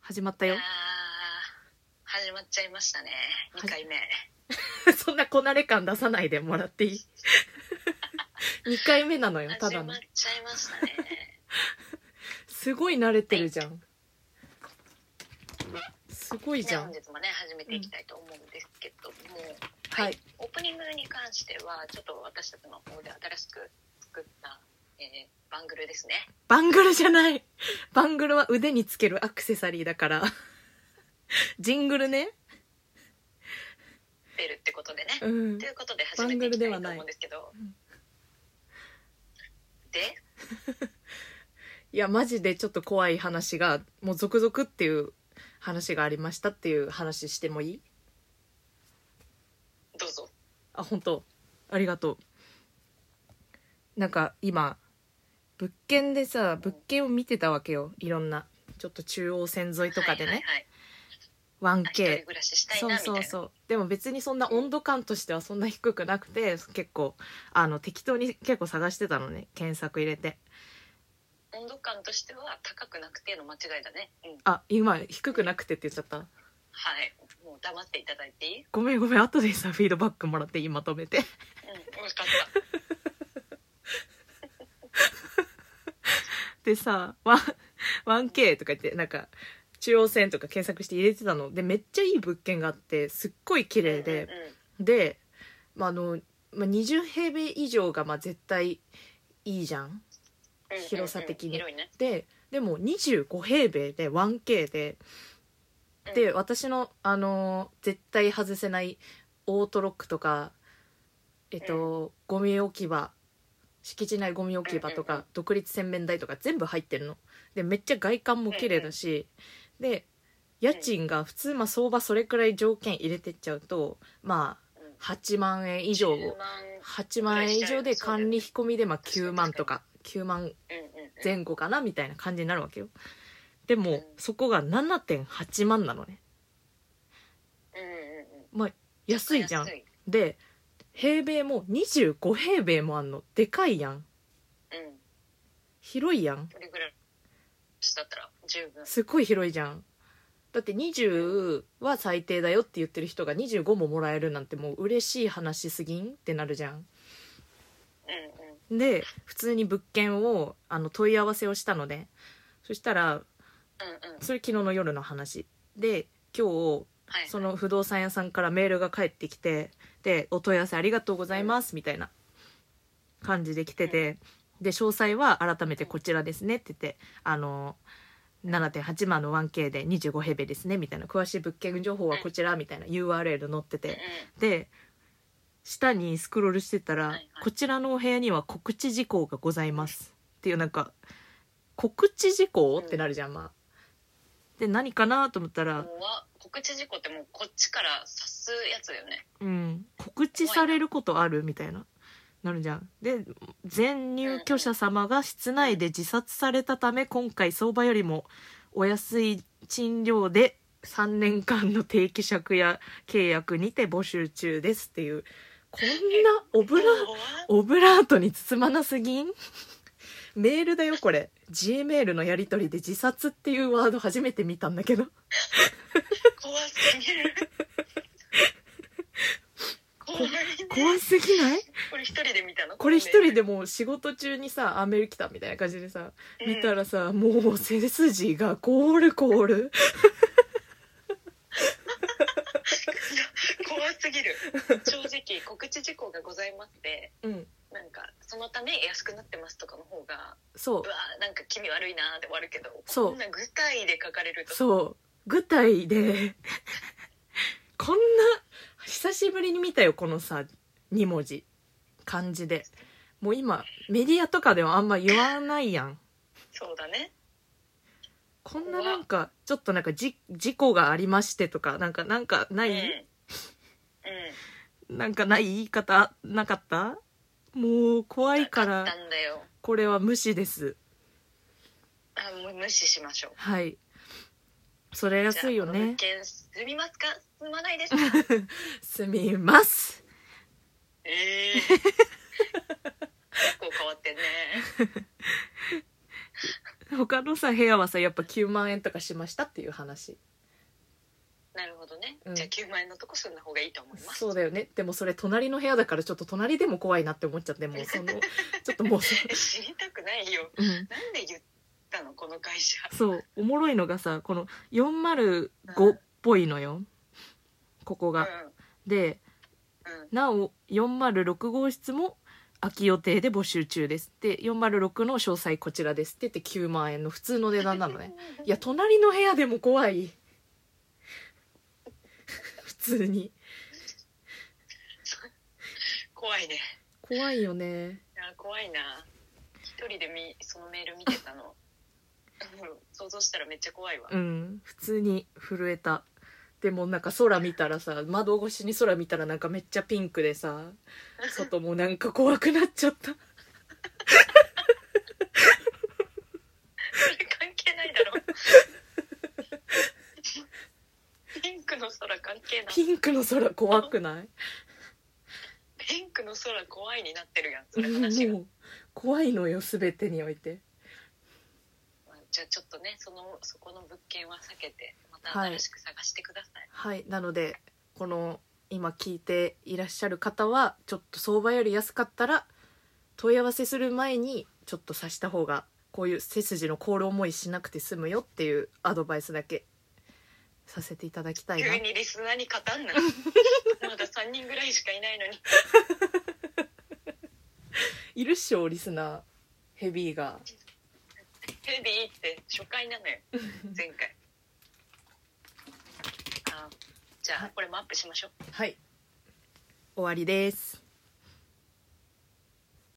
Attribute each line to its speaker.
Speaker 1: 始まったよ
Speaker 2: あー始まっちゃいましたね
Speaker 1: はい
Speaker 2: 2回目、
Speaker 1: そんなこなれ感出さないでもらっていい 2回目なのよた
Speaker 2: 始
Speaker 1: だの
Speaker 2: まっちゃいましたね
Speaker 1: すごい慣れてるじゃんすご いじ
Speaker 2: ね
Speaker 1: ゃん
Speaker 2: 本日もね始めていきたいと思うんですけども、
Speaker 1: はい
Speaker 2: オープニングに関してはちょっと私たちの方で新しく作った、えーバングルですね
Speaker 1: バングルじゃないバングルは腕につけるアクセサリーだからジングルね
Speaker 2: 出るってことでね、
Speaker 1: うん
Speaker 2: ということで始めていきたいと思うんですけど
Speaker 1: バン
Speaker 2: で
Speaker 1: いやマジでちょっと怖い話がもう続々っていう話がありましたっていう話してもいい
Speaker 2: どうぞ
Speaker 1: あ本当ありがとうなんか今物件でさ物件を見てたわけよいろんなちょっと中央線沿いとかでね、
Speaker 2: はいはいはいあ一
Speaker 1: 1K
Speaker 2: 人暮らししたいな
Speaker 1: そ
Speaker 2: み
Speaker 1: う
Speaker 2: たいな
Speaker 1: そうそうでも別にそんな温度感としてはそんな低くなくて結構あの適当に結構探してたのね検索入れて
Speaker 2: 温度感としては高くなくての間違いだねうん
Speaker 1: あ今低くなくてって言っちゃった
Speaker 2: はいもう黙っていただいていい
Speaker 1: ごめんごめん後でさフィードバックもらっていいまとめて
Speaker 2: うん分かった
Speaker 1: でさワン 1K とか言ってなんか中央線とか検索して入れてたのでめっちゃいい物件があってすっごい綺麗で
Speaker 2: うんうん
Speaker 1: で、まあ、あのまあ20平米以上がまあ絶対いいじゃん
Speaker 2: うんうん
Speaker 1: 広さ的に
Speaker 2: 広いね
Speaker 1: ででも25平米で 1K で
Speaker 2: うん
Speaker 1: で私の、あのー絶対外せないオートロックとかえっと、ゴミ置き場敷地内ゴミ置き場とか、
Speaker 2: うんうん
Speaker 1: 独立洗面台とか全部入ってるのでめっちゃ外観も綺麗だし、で家賃が普通、まあ、相場それくらい条件入れてっちゃうとま
Speaker 2: うん
Speaker 1: あ8万円以上
Speaker 2: 10万
Speaker 1: 8万円以上で管理費込みで、まあ、
Speaker 2: そうだ
Speaker 1: 9
Speaker 2: よね
Speaker 1: 万とか9万
Speaker 2: うんうんうん
Speaker 1: 前後かなみたいな感じになるわけよでも、
Speaker 2: うん
Speaker 1: そこが7.8万なのね
Speaker 2: うんうんうん
Speaker 1: 安いじゃん
Speaker 2: 安い
Speaker 1: で平米も25平米もあんのでかいやん
Speaker 2: うん
Speaker 1: 広いやん
Speaker 2: それぐらいだったら十分
Speaker 1: すっごい広いじゃんだって20は最低だよって言ってる人が25ももらえるなんてもう嬉しい話すぎんってなるじゃん
Speaker 2: うんうん
Speaker 1: で普通に物件をあの問い合わせをしたのでそしたら
Speaker 2: うんうん
Speaker 1: それ昨日の夜の話で今日
Speaker 2: はい
Speaker 1: その不動産屋さんからメールが返ってきてで「お問い合わせありがとうございます」みたいな感じで来ててで詳細は改めてこちらですねって言ってあの7.8万の 1K で25平米ですねみたいな詳しい物件情報はこちらみたいな URL 載って
Speaker 2: うん
Speaker 1: てで下にスクロールしてたら、
Speaker 2: はいはい
Speaker 1: こちらのお部屋には告知事項がございますっていうなんか告知事項ってなるじゃんまあ。で何かなと思った
Speaker 2: う
Speaker 1: ら、
Speaker 2: んもうわ告知事項ってもうこっちから察すやつだよね
Speaker 1: うん、告知されることあるみたいななるじゃんで全入居者様が室内で自殺されたため今回相場よりもお安い賃料で3年間の定期借家契約にて募集中ですっていうこんなオブラ
Speaker 2: 怖っ
Speaker 1: オブラートに包まなすぎんメールだよこれ G メールのやり取りで自殺っていうワード初めて見たんだけど
Speaker 2: 怖すぎる怖いね
Speaker 1: 怖すぎない
Speaker 2: これ一人で見たの
Speaker 1: これ一人でもう仕事中にさあメール来たみたいな感じでさ見た
Speaker 2: ら
Speaker 1: らさ、もう背筋がコールコール
Speaker 2: 怖すぎる正直告知事項がございますで
Speaker 1: うん
Speaker 2: なんかそのため安くなってますとかの方が
Speaker 1: そう
Speaker 2: うわーなんか気味悪いなーで終わるけど
Speaker 1: そう
Speaker 2: こんな具体で書かれると
Speaker 1: そう具体で こんな久しぶりに見たよこのさ2文字漢字でもう今メディアとかではあんま言わないやん
Speaker 2: そうだね
Speaker 1: こんななんかちょっとなんかじ事故がありましてとかなんかなんかな
Speaker 2: うん、う
Speaker 1: い、
Speaker 2: ん、
Speaker 1: なんかない言い方なかったもう怖いから
Speaker 2: なったんだよ
Speaker 1: これは無視です
Speaker 2: あもう無視しましょう
Speaker 1: はいそれ安いよ
Speaker 2: じゃあこ
Speaker 1: ね
Speaker 2: の物件住みますか住まな いですか
Speaker 1: すみます
Speaker 2: ええー、結構変わってんね
Speaker 1: 他のさ部屋はさやっぱ9万円とかしましたっていう話
Speaker 2: なるほどね、
Speaker 1: うん
Speaker 2: じゃあ9万円のとこ住んだ方がいいと思います
Speaker 1: そうだよねでもそれ隣の部屋だからちょっと隣でも怖いなって思っちゃっても うそのちょっともうそ,、
Speaker 2: え 知りたくないよ
Speaker 1: うん、
Speaker 2: なんで言ったのこの会社
Speaker 1: そうおもろいのがさこの405っぽいのよここが。で
Speaker 2: うんうん
Speaker 1: なお406号室も空き予定で募集中ですで406の詳細こちらですって言って9万円の普通の値段なのねいや隣の部屋でも怖い 普通に
Speaker 2: 怖いね
Speaker 1: 怖いよね
Speaker 2: いや怖いな一人でみそのメール見てたの うん想像したらめっちゃ怖いわ、
Speaker 1: うん普通に震えたでもなんか空見たらさ窓越しに空見たらなんかめっちゃピンクでさ外もなんか怖くなっちゃ った
Speaker 2: それ関係ないだろピンクの空関係ない
Speaker 1: ピンクの空怖くない
Speaker 2: ピンクの空怖いになってるやんそれ話が、
Speaker 1: もう怖いのよ全てにおいて
Speaker 2: まあじゃあちょっとねそのそこの物件は避けてまた
Speaker 1: はい
Speaker 2: 新しく探してください、
Speaker 1: はいなのでこの今聞いていらっしゃる方はちょっと相場より安かったら問い合わせする前にちょっと察した方がこういう背筋の凍る思いしなくて済むよっていうアドバイスだけさせていただきたいな
Speaker 2: 急にリスナーに語ん なまだ3人ぐらいしかいないのに
Speaker 1: いるっしょリスナーヘビーが
Speaker 2: ヘビーって初回なのよ前回あじゃあこれもアップしましょう
Speaker 1: はい終わりです